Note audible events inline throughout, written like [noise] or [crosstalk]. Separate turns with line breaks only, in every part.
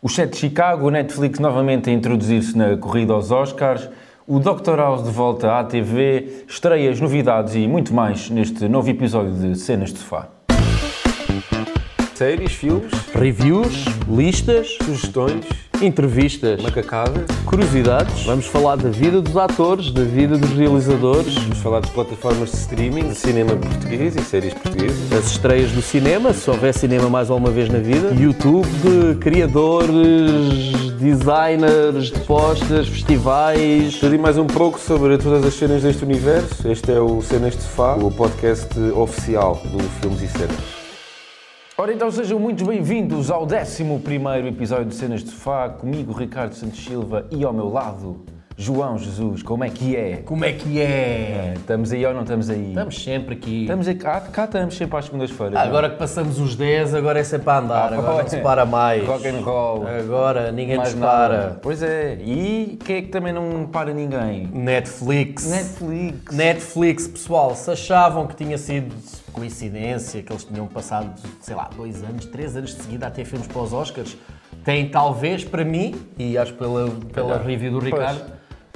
O set de Chicago, o Netflix novamente a introduzir-se na corrida aos Oscars, o Dr. House de volta à TV, estreias, novidades e muito mais neste novo episódio de Cenas de Sofá.
Séries, filmes,
Reviews, listas,
sugestões,
entrevistas,
macacada.
curiosidades. Vamos falar da vida dos atores, da vida dos realizadores,
Vamos falar de plataformas de streaming, de cinema português e séries portuguesas.
das estreias do cinema, se houver cinema mais alguma vez na vida, YouTube, criadores, designers de postas, festivais.
Estarei mais um pouco sobre todas as cenas deste universo. Este é o Cenas de Sofá, o podcast oficial do Filmes e Cenas.
Ora então, sejam muito bem-vindos ao 11 episódio de Cenas de Sofá, comigo Ricardo Santos Silva e ao meu lado João Jesus. Como é que é?
Como é que é?
É, Estamos aí ou não estamos aí?
Estamos sempre aqui.
Estamos aí, cá, cá estamos sempre às segundas-feiras. é?
Ah, Agora que passamos os 10, agora é sempre a andar, agora não se para mais.
Rock and roll.
é Agora ninguém
Mais
nos
nada.
para.
Pois é, e quem é que também não para ninguém?
Netflix.
Netflix.
Netflix, pessoal, se achavam que tinha sido coincidência, que eles tinham passado, sei lá, dois anos, três anos de seguida a ter filmes para os Oscars, tem talvez, para mim, e acho pela, pela review do Ricardo,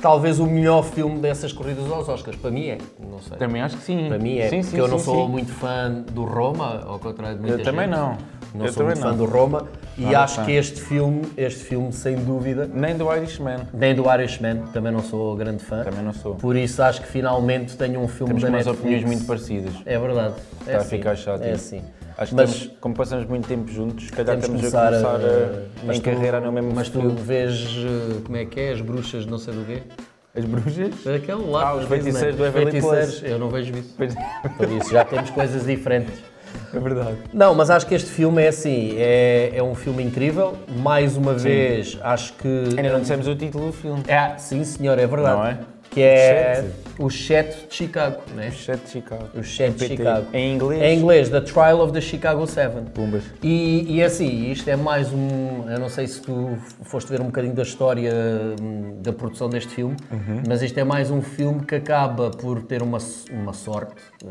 talvez o melhor filme dessas corridas aos Oscars. Para mim é, não sei.
Também acho que sim.
Para mim é,
Sim, sim,
porque eu não
sim,
sou
sim.
muito fã do Roma, ao contrário de muita
Eu
gente.
também não.
Não
Eu
sou
também
muito
não.
fã do Roma e
Nada
acho
fã.
que este filme, este filme, sem dúvida,
Nem do Irishman.
nem do Irishman, também não sou grande fã.
Também não sou.
Por isso acho que finalmente tenho um filme
Temos
da
umas
Netflix.
opiniões muito parecidas.
É verdade. é
Está a
assim,
ficar chato
É
isso.
assim.
Acho que
mas
estamos, como passamos muito tempo juntos, se calhar
temos
estamos
que
a
começar eh,
começar a,
mas
em
tu-
carreira no mesmo
Mas tu
filme.
vês eh, como é que é? As bruxas não sei do quê?
As bruxas? [laughs]
Aquele lá.
Ah, os
às vezes,
feiticeiros
né?
do Everly
Feiticeiros, Eu não vejo isso.
Pois-
Por isso já temos coisas diferentes.
É verdade.
Não, mas acho que este filme é assim, é, é um filme incrível. Mais uma vez, acho que.
Ainda não dissemos o título do filme.
É, sim, senhor, é verdade.
Não é?
Que é o Chet de Chicago, né?
Chat de Chicago.
O Chet de
PT.
Chicago.
Em inglês?
Em inglês, The Trial of the Chicago Seven.
Pumbas.
E, e assim, isto é mais um. Eu não sei se tu foste ver um bocadinho da história hum, da produção deste filme,
Uhum.
mas isto é mais um filme que acaba por ter uma, s- uma sorte. hum,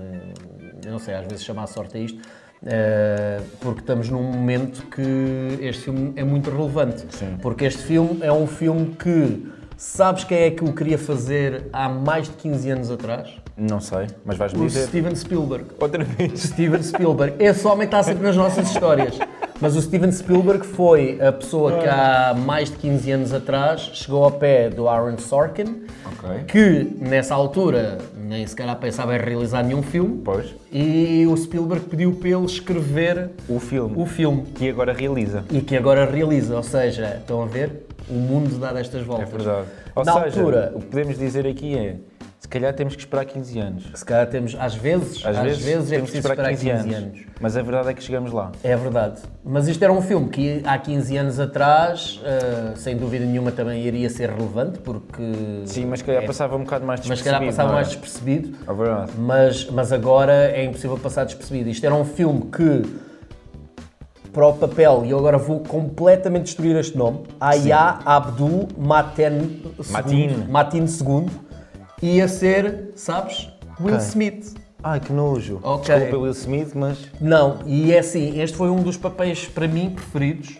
Eu não sei, às vezes chamar sorte a isto. eh, porque estamos num momento que este filme é muito relevante. Porque este filme é um filme que sabes quem é que o queria fazer há mais de 15 anos atrás?
Não sei, mas vais-me
O
dizer.
Steven Spielberg.
Outra vez.
Steven Spielberg. Esse homem está sempre nas nossas histórias. Mas o Steven Spielberg foi a pessoa que há mais de 15 anos atrás chegou ao pé do Aaron Sorkin,
Ok.
que nessa altura nem sequer pensava em realizar nenhum filme.
Pois.
E o Spielberg pediu para ele escrever
O filme
o filme.
que agora realiza.
E que agora realiza, ou seja, estão a ver? O mundo dá destas voltas.
É verdade. Ou
Na
seja,
altura-
o que podemos dizer aqui é, se calhar temos que esperar 15 anos.
Se calhar temos, às vezes, às, vezes, é
temos
preciso esperar 15, anos.
Mas a verdade é que chegamos lá.
É verdade. Mas isto era um filme que há 15 anos atrás, ah, sem dúvida nenhuma, também iria ser relevante, porque.
Sim, mas se calhar passava um bocado mais
mas se
despercebido.
calhar passava
não é?
mais despercebido.
É verdade.
Mas, mas agora é impossível passar despercebido. Isto era um filme que. Para o papel, e eu agora vou completamente destruir este nome: Aya Abdul Maten
Mateen.
II. Mateen II. Ia ser, sabes? Will Smith.
Ai, que nojo.
Ok.
Desculpa, Will Smith, mas...
Não, e é assim, este foi um dos papéis para mim preferidos.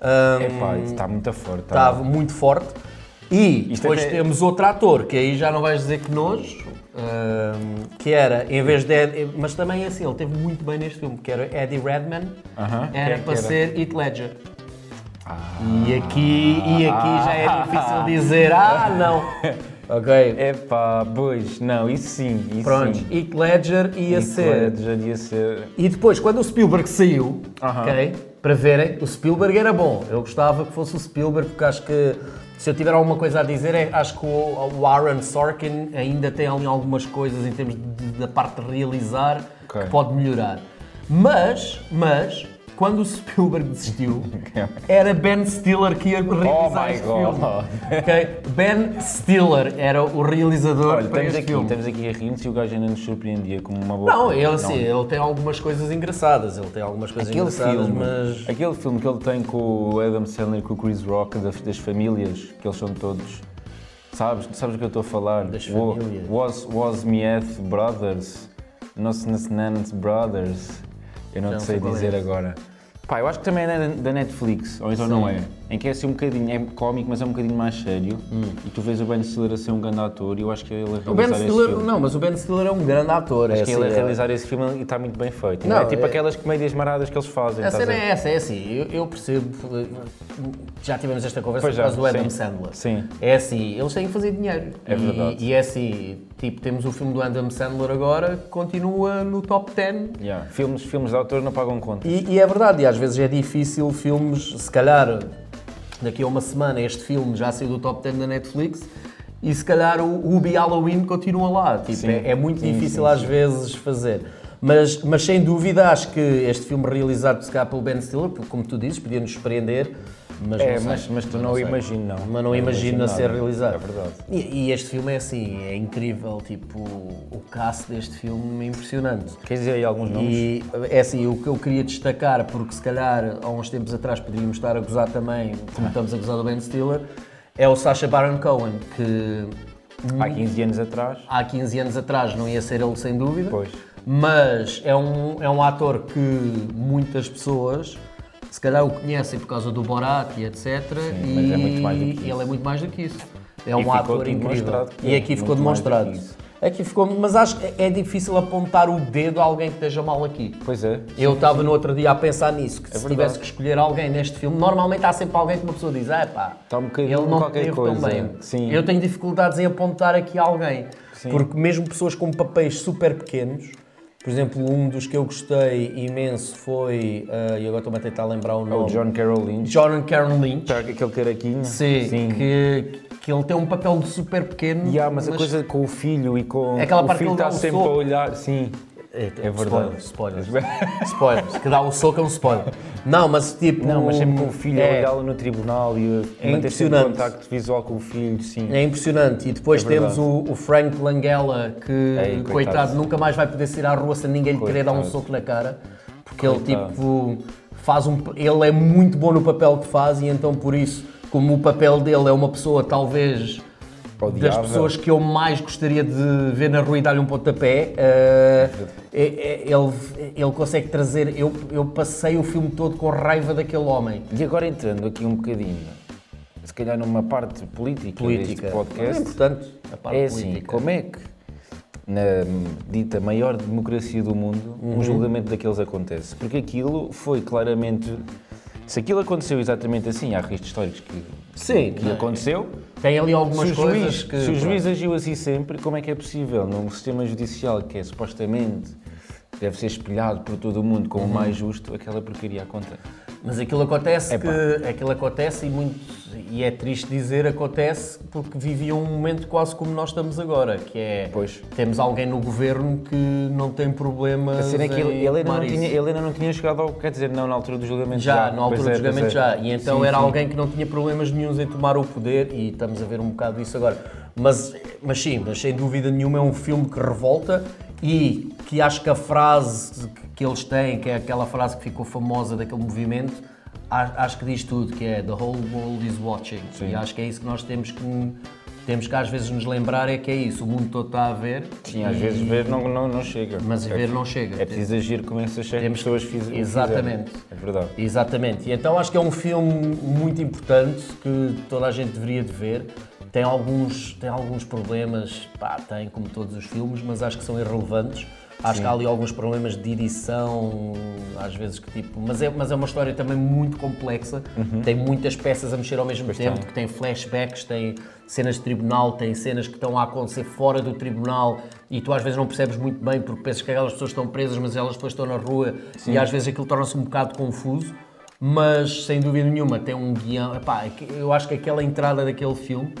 Ah,
Epá, está muito forte. tá?
estava muito forte. E
Isto
depois
até-
temos outro ator, que aí já não vais dizer que nojo, hum, que era, em vez de. Ed- Mas também assim, ele teve muito bem neste filme, que era Eddie Redman,
Aham, quem é
era
que
para
era? Ah.
ser Heath Ledger. e aqui, e aqui já
[laughs]
é difícil dizer, ah não. ok,
Epá, pois, não, isso sim, isso
pronto,
sim.
Heath Ledger ia ser.
Já ia ser...
E depois, quando o Spielberg saiu,
Aham.
ok, para verem, o Spielberg era bom. Eu gostava que fosse o Spielberg, porque acho que se eu tiver alguma coisa a dizer, é- acho que o, o Aaron Sorkin ainda tem ali algumas coisas em termos de- da parte de realizar
Ok.
que pode melhorar. Mas, mas, quando o Spielberg
[laughs]
desistiu, era Ben Stiller que ia realizar
Oh my
este
God.
filme. ok? Ben Stiller era o realizador
Olha,
para
estamos
este
aqui,
filme.
estamos aqui a rir-nos e o gajo ainda nos surpreendia como uma boa...
Não, ele sim, ele tem algumas coisas engraçadas, ele tem algumas coisas
Aquele
engraçadas,
filme,
mas
aquele filme que ele tem com o Adam Sandler e com o Chris Rock, das, das famílias, que eles são todos. Sabes, sabes o que eu estou a falar?
Das
Wo-
famílias.
Was, was Meath Brothers, Nos Nan's Brothers. Eu não, te
não
sei
sei qual é
dizer
esse.
agora. Pá, eu acho que também é da- da Netflix, ou então não é. Em que é assim um bocadinho, é cómico, mas é um bocadinho mais sério.
Hum.
E tu vês o Ben Stiller a ser um grande ator e eu acho que ele a realizar
O Ben
esse
Stiller,
filme.
não, mas o Ben Stiller é um grande ator. é
Acho que ele a
assim, é-
realizar esse filme e está muito bem feito. Não,
Não,
é tipo
é-
aquelas comédias maradas que eles fazem.
A
estás
cena
ver?
é essa, é assim, eu, eu percebo, eh, já tivemos esta conversa
Pois
por
já,
causa do Adam
sim.
Sandler.
Sim.
É assim, eles têm que fazer dinheiro.
É
E-
verdade.
E, é assim, tipo, temos o filme do Adam Sandler agora, continua no top 10.
Yeah. Filmes, filmes de autor não pagam conta.
E, e é verdade, e às vezes é difícil filmes, se calhar daqui a uma semana este filme já saiu do top 10 da Netflix e se calhar o Ubi Halloween continua lá. Tipo, é, é muito difícil às vezes fazer. Mas, mas sem dúvida acho que este filme realizado se calhar pelo Ben Stiller, porque, como tu dizes, podia nos surpreender, mas
É,
não sei.
mas, mas tu não,
sei.
imagino, não.
Mas não imagino a ser
nada.
realizado.
É verdade.
E, e este filme é assim, é incrível, tipo, o cast deste filme é impressionante.
Queres dizer aí alguns nomes?
E é assim, o que eu queria destacar, porque se calhar há uns tempos atrás poderíamos estar a gozar também,
Ah.
como estamos a gozar do Ben Stiller, é o Sacha Baron Cohen, que
Há 15 anos atrás.
há 15 anos atrás não ia ser ele sem dúvida,
Pois.
mas é um, é um ator que muitas pessoas se calhar o conhecem por causa do Borat e etc. e
mas é muito mais do que isso.
ele é muito mais do que isso. É um
ficou
ator
aqui
incrível.
demonstrado que
E
é
aqui ficou
muito mais do que
demonstrado.
isso.
Aqui ficou, mas acho que é difícil apontar o dedo a alguém que esteja mal aqui.
Pois é.
Eu estava no outro dia a pensar nisso, que se
verdade.
tivesse que escolher alguém neste filme, normalmente há sempre alguém que uma pessoa diz, ah pá,
Está um bocadinho
ele não
qualquer
teve
coisa."
tão bem.
Sim.
Eu tenho dificuldades em apontar aqui alguém, porque mesmo pessoas com papéis super pequenos, por exemplo, um dos que eu gostei imenso foi, ah, e agora estou-me a tentar lembrar o
É O
nome,
John Carroll Lynch.
John and Karen Lynch,
Aquele caraquinho.
sim, Que, que ele tem um papel de super pequeno,
E há, mas, a coisa com o filho e com.
É aquela
o
parte
filho
que ele
está
dá o
sempre
soco.
a olhar. Sim.
É,
É verdade. [laughs]
Spoilers, spoilers. spoilers. Que dá o soco é um spoiler. Não, mas tipo.
Não, mas sempre com o filho a
é,
olhá-lo no tribunal e a
É
manter sempre
impressionante.
contacto visual com o filho, sim.
É impressionante. E depois
É verdade.
temos o, o Frank Langella, que,
Ei,
coitado.
coitado.
nunca mais vai poder sair à rua sem ninguém lhe querer dar um
Coitado.
soco na cara. Porque ele, tipo, faz um. Ele é muito bom no papel que faz e então, por isso, como o papel dele é uma pessoa, talvez. Das
Odiável.
pessoas que eu mais gostaria de ver na rua e dar-lhe um pontapé, eh, é- é- ele, ele consegue trazer. Eu, eu passei o filme todo com raiva daquele homem.
E agora entrando aqui um bocadinho, se calhar numa parte política, deste
Política. Mas
podcast.
É importante a parte
é assim,
política.
como é que na dita maior democracia do mundo
Uhum.
um julgamento daqueles acontece? Porque aquilo foi claramente. Se aquilo aconteceu exatamente assim, há registros históricos que,
Sim,
que aconteceu.
Tem ali algumas
Se o,
coisas
juiz,
que.
se o juiz agiu assim sempre, como é que é possível num sistema judicial que é supostamente deve ser espelhado por todo o mundo
Uhum.
como o mais justo, aquela porcaria acontece?
Mas aquilo acontece que aquilo acontece e muito e é triste dizer acontece porque viviam um momento quase como nós estamos agora, que é
Pois.
temos alguém no governo que não tem problemas.
A cena é que ele,
em
ele ainda
tomar
não
isso.
tinha, ele ainda não tinha chegado ao. Quer dizer, não, na altura do julgamento já.
já, na altura
Pois
do
é,
julgamento
pois é.
já. E então
Sim,
era
sim.
alguém que não tinha problemas nenhums em tomar o poder e estamos a ver um bocado isso agora. Mas, mas sim, mas sem dúvida nenhuma é um filme que revolta e que acho que a frase que- que eles têm, que é aquela frase que ficou famosa daquele movimento, a- acho que diz tudo, que é The whole world is watching. E acho que é isso que nós temos que temos que às vezes nos lembrar é que é isso, o mundo todo está a ver,
Sim, às vezes ver não, não, não chega.
mas ver não chega.
É preciso agir como essas sete
Temos-
pessoas fiz- fizeram.
Exatamente.
É verdade.
Exatamente. E então acho que é um filme muito importante que toda a gente deveria de ver. Tem alguns, tem alguns problemas, pá, tem como todos os filmes, mas acho que são irrelevantes. Acho que há ali alguns problemas de edição, às vezes que tipo. Mas é, mas é uma história também muito complexa, tem muitas peças a mexer ao mesmo tempo, que tem flashbacks, tem cenas de tribunal, tem cenas que estão a acontecer fora do tribunal e tu às vezes não percebes muito bem porque pensas que aquelas pessoas estão presas, mas elas depois estão na rua e às vezes aquilo torna-se um bocado confuso, mas sem dúvida nenhuma tem um guião. Epá, é que eu acho que aquela entrada daquele filme,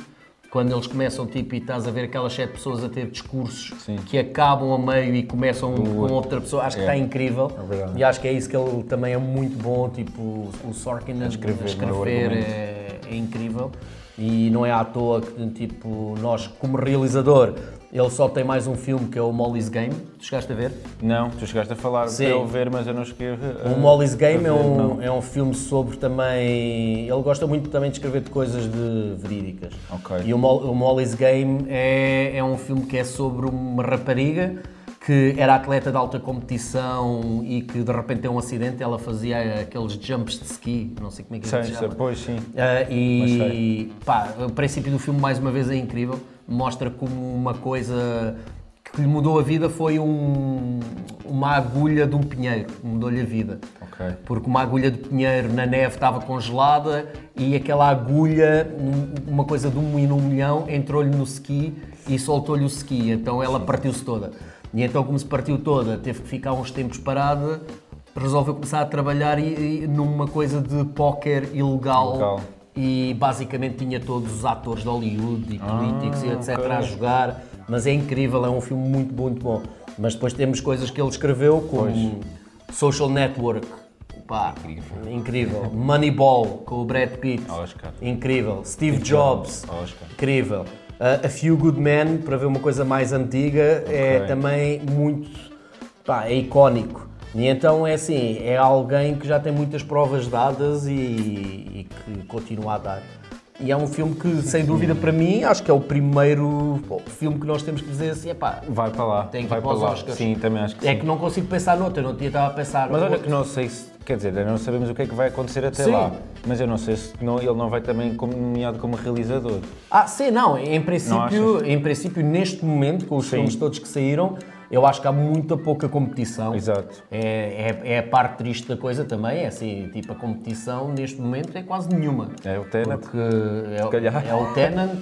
quando eles começam tipo e estás a ver aquelas sete pessoas a ter discursos que acabam a meio e começam com outra pessoa, acho que está incrível
verdade.
e acho que é isso que ele também é muito bom, tipo o Sorkin a escrever,
escrever, não é o argumento.
é, é incrível e não é à toa que tipo nós como realizador ele só tem mais um filme que é o Molly's Game. Tu chegaste a ver?
Não, tu chegaste a falar
Sim.
para eu ver, mas eu não cheguei. a-
O Molly's Game
Ah, a
é
ver,
um,
não.
é um filme sobre também. Ele gosta muito também de escrever de coisas de verídicas.
Ok.
E o, Mol- o Molly's Game é, é um filme que é sobre uma rapariga que era atleta de alta competição e que de repente tem um acidente, ela fazia aqueles jumps de ski, não sei como é que
Sei,
se
sei,
chama.
pois sim.
Ah,
Mas
e pá, o princípio do filme, mais uma vez, é incrível. Mostra como uma coisa que lhe mudou a vida foi um- uma agulha de um pinheiro, mudou-lhe a vida.
Ok.
Porque uma agulha de pinheiro na neve estava congelada e aquela agulha, um- uma coisa de um e num milhão, entrou-lhe no ski e soltou-lhe o ski. Então ela partiu-se toda. E então, como se partiu toda, teve que ficar uns tempos parada, resolveu começar a trabalhar e, e numa coisa de póquer ilegal.
Ilegal.
E basicamente tinha todos os atores de Hollywood e políticos e etc. a jogar. Mas é incrível, é um filme muito, bom, muito bom. Mas depois temos coisas que ele escreveu, como Social Network. Pá, incrível. Moneyball, com o Brad Pitt.
Oscar.
Incrível. Steve Jobs.
Oscar.
Incrível. Uh, a Few Good Men, para ver uma coisa mais antiga, é
Ok.
também muito. pá, é icónico. E então é assim, é alguém que já tem muitas provas dadas e, e que continua a dar. E é um filme que, sem dúvida, para mim, acho que é o primeiro filme que nós temos que dizer assim, epá,
Vai para lá.
Tem que ir
vai
para os
lá.
Oscars.
Sim, também acho que
é
sim.
que não consigo pensar noutro, eu não tinha estava a pensar
Mas olha
noutro.
que não sei se. Quer dizer, não sabemos o que é que vai acontecer até
Sim.
lá. Mas eu não sei se não, ele não vai também como nomeado como realizador.
Ah, sim, não. Em princípio,
achas?
em princípio neste momento, com os filmes todos que saíram, eu acho que há muita pouca competição.
Exato.
É, é, é a parte triste da coisa também, é assim, tipo, a competição neste momento é quase nenhuma.
É o Tenet.
Porque é, o-
calhar.
é o Tenant,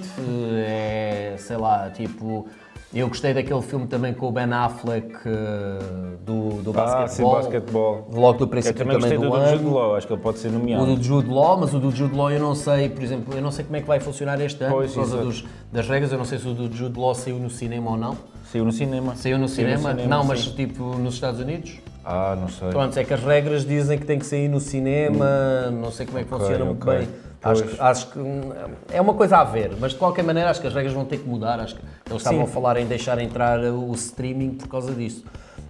é, sei lá, tipo... Eu gostei daquele filme também com o Ben Affleck eh, do, do
Ah, sim,
basquetebol.
basquetebol.
Logo do
Eu
princípio
também gostei do,
do,
do
ano.
Jude Law, acho que ele pode ser nomeado.
O do Jude Law, mas o do Jude Law eu não sei, por exemplo, eu não sei como é que vai funcionar este ano
Pois,
por causa
exato.
dos- das regras, eu não sei se o do Jude Law saiu no cinema ou não.
Saiu no cinema.
Saiu no cinema? não, mas
sim.
tipo nos Estados Unidos?
Ah, não sei.
Pronto, é que as regras dizem que tem que sair no cinema, não sei como é que funciona muito
Hum. ok.
bem. Acho que, acho que, hum, é uma coisa a ver, mas de qualquer maneira acho que as regras vão ter que mudar. Acho que eles estavam a falar em deixar entrar o streaming por causa disso.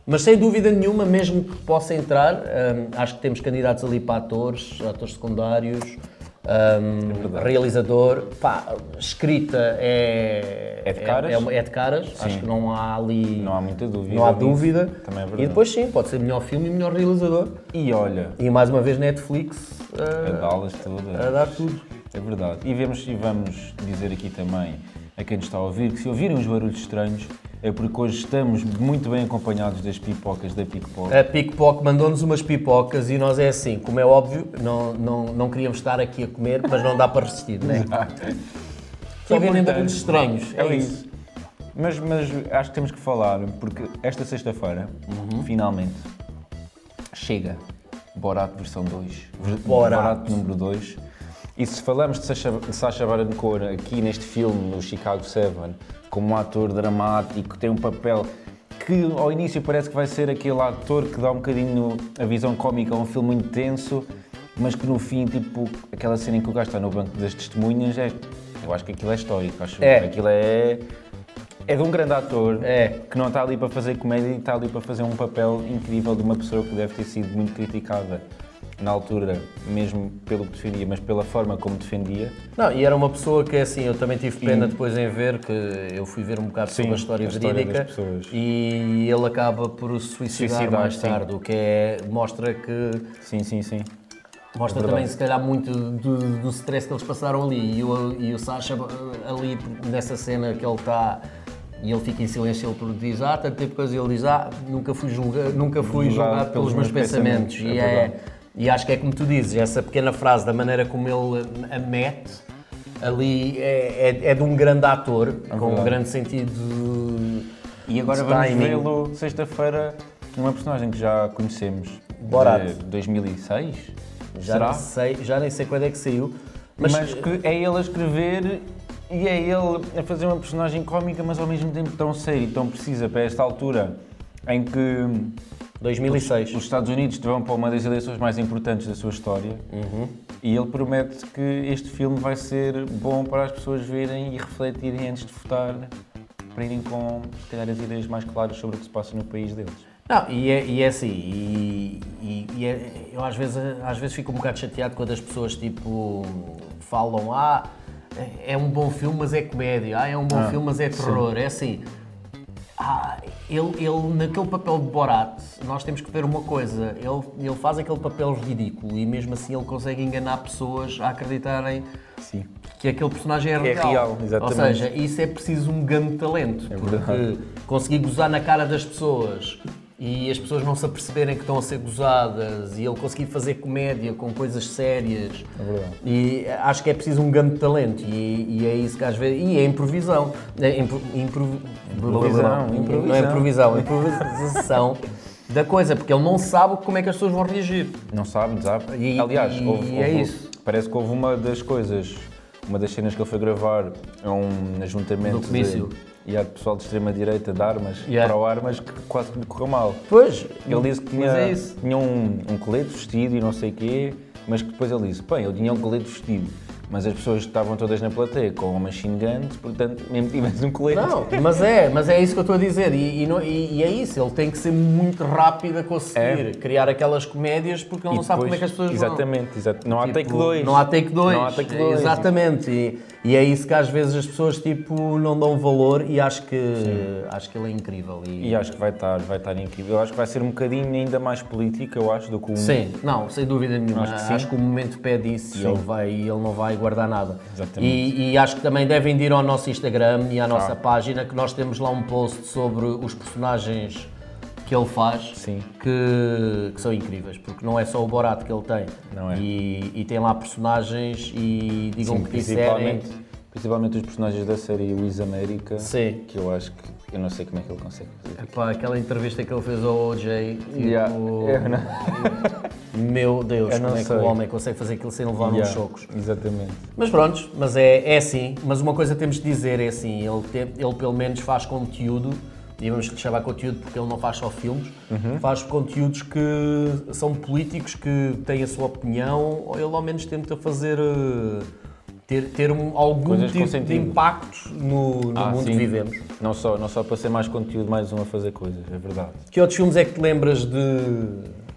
Mas sem dúvida nenhuma, mesmo que possa entrar, hum, acho que temos candidatos ali para atores, atores secundários,
É
hum, realizador. Pá, escrita é,
É de caras?
é, uma- é de caras. Acho que não há ali.
Não há muita dúvida
Não há
nisso.
dúvida.
Também é
e
verdade.
depois sim, pode ser melhor filme e melhor realizador.
E olha,
E mais uma vez Netflix
a
ah,
Dallas toda.
a dar tudo.
É verdade. E, vemos, e vamos dizer aqui também a quem nos está a ouvir que se ouvirem uns barulhos estranhos é porque hoje estamos muito bem acompanhados das pipocas da Pickpock.
A Pickpock mandou-nos umas pipocas e nós é assim, como é óbvio, não, não, não queríamos estar aqui a comer, mas não dá para resistir, né? Só virem barulhos estranhos. É, isso.
Mas, mas acho que temos que falar, porque esta sexta-feira,
Uhum.
finalmente, chega Borat versão 2. ver-
Borat.
número 2. E se falamos de Sacha, de Sacha Baron Cohen aqui neste filme, no Chicago 7, como um ator dramático, tem um papel que ao início parece que vai ser aquele ator que dá um bocadinho a visão cómica a um filme muito tenso, mas que no fim, tipo, aquela cena em que o gajo está no banco das testemunhas, é, eu acho que aquilo é histórico, acho
É.
Aquilo é. É de um grande ator
É.
que não está ali para fazer comédia e está ali para fazer um papel incrível de uma pessoa que deve ter sido muito criticada na altura, mesmo pelo que defendia, mas pela forma como defendia.
Não, e era uma pessoa que, assim, eu também tive pena depois em ver, que eu fui ver um bocado sobre a história
a história das
verídica
pessoas.
e ele acaba por se suicidar,
Suicidar,
mais
sim.
tarde, o que é, mostra que
Sim, sim, sim. É
Mostra também, se calhar, muito do, do stress que eles passaram ali. E o, e o Sasha, eh, ali nessa cena que ele está. E ele fica em silêncio, ele por- diz, ah, tanto tempo coisa, e ele diz, ah, nunca fui, julga, nunca fui
Julgado
julgado pelos meus pensamentos.
pensamentos,
E,
é
é, e acho que é como tu dizes, essa pequena frase, da maneira como ele eh, a mete, ali é, é, é de um grande ator, com um
verdade.
grande sentido de-
E agora
de
vamos
timing.
vê-lo sexta-feira numa personagem que já conhecemos.
Borat.
De 2006?
Já,
Será?
nem sei, já nem sei quando é que saiu,
Mas,
mas,
que é ele a escrever e é ele a fazer uma personagem cómica, mas ao mesmo tempo tão séria e tão precisa para esta altura em que
2006.
Os Estados Unidos vão para uma das eleições mais importantes da sua história e ele promete que este filme vai ser bom para as pessoas verem e refletirem antes de votar, para irem com, se calhar, as ideias mais claras sobre o que se passa no país deles.
Não, e é, e é assim, e, e- e é- eu às vezes, às vezes fico um bocado chateado quando as pessoas tipo falam, ah, é um bom filme, mas é comédia, ah, é um bom filme, mas é terror, é assim. Ah, ele, ele, naquele papel de Borat, nós temos que ver uma coisa, ele, ele faz aquele papel ridículo e mesmo assim ele consegue enganar pessoas a acreditarem
Sim.
que aquele personagem é
É
real.
real, exatamente. É
Ou seja, isso é preciso um grande talento, porque conseguir gozar na cara das pessoas e as pessoas não se aperceberem que estão a ser gozadas e ele conseguir fazer comédia com coisas sérias. É
verdade.
E acho que é preciso um grande talento e, e é isso que às vezes... E é improvisão. É impro- impro-
Improvisão,
Não é improvisão, é improvisação [laughs] da coisa, porque ele não sabe como é que as pessoas vão reagir.
Não sabe, não sabe.
E-
Aliás,
e-
houve-
e
houve-
é isso.
parece que houve uma das coisas, uma das cenas que ele foi gravar é um ajuntamento
No comício.
de, e há de pessoal de extrema-direita de armas,
Yeah.
para o armas, que quase que lhe correu mal.
Pois,
Ele disse que tinha,
Mas é isso.
tinha um, um colete vestido e não sei o quê, mas que depois ele disse, bem, eu tinha um colete vestido, mas as pessoas estavam todas na plateia com uma machine gun, portanto, mesmo que tivesse um colete.
Não, mas é, mas é isso que eu estou a dizer. E, e não- e- e é isso, ele tem que ser muito rápido a conseguir criar aquelas comédias porque ele
É. E
não sabe
depois-
como é que as pessoas vão.
Exatamente, exato. não há
Tipo,
take 2.
Não há take 2.
Não há take 2.
Exatamente. E, e é isso que às vezes as pessoas tipo, não dão valor e acho que, acho que ele é incrível. E,
E acho que vai estar, vai estar incrível. Eu acho que vai ser um bocadinho ainda mais político, eu acho, do que o
Sim, não, sem dúvida nenhuma.
Acho
Acho
que
que,
sim.
o momento pede isso e ele, vai, e ele não vai guardar nada.
Exatamente. Tá.
E, e acho que também devem de ir ao nosso Instagram e à nossa página, que nós temos lá um post sobre os personagens que ele faz,
Sim.
Que, que são incríveis, porque não é só o Borat que ele tem.
Não é.
E, e tem lá personagens e digam o que disserem.
principalmente, principalmente os personagens da série Luís América,
Sim.
que eu acho que. Eu não sei como é que ele consegue fazer.
Epá, aquela entrevista que ele fez ao OJ, tipo,
Yeah, eu não-
meu Deus,
Eu não
como é que
sei.
o homem consegue fazer aquilo sem levar uns
Yeah,
chocos?
Exatamente.
Mas pronto, mas é, é assim. Mas uma coisa temos de dizer é assim, ele, te- ele pelo menos faz conteúdo, e vamos lhe chamar conteúdo porque ele não faz só filmes,
Uhum.
faz conteúdos que são políticos, que têm a sua opinião, ou ele ao menos tenta fazer... eh, ter, ter um- algum
Coisas com
tipo de
sentido.
impacto no, no
Ah,
mundo
sim.
que vivemos.
Não só, não só para ser mais conteúdo, mais um a fazer coisas, é verdade.
Que outros filmes é que te lembras de,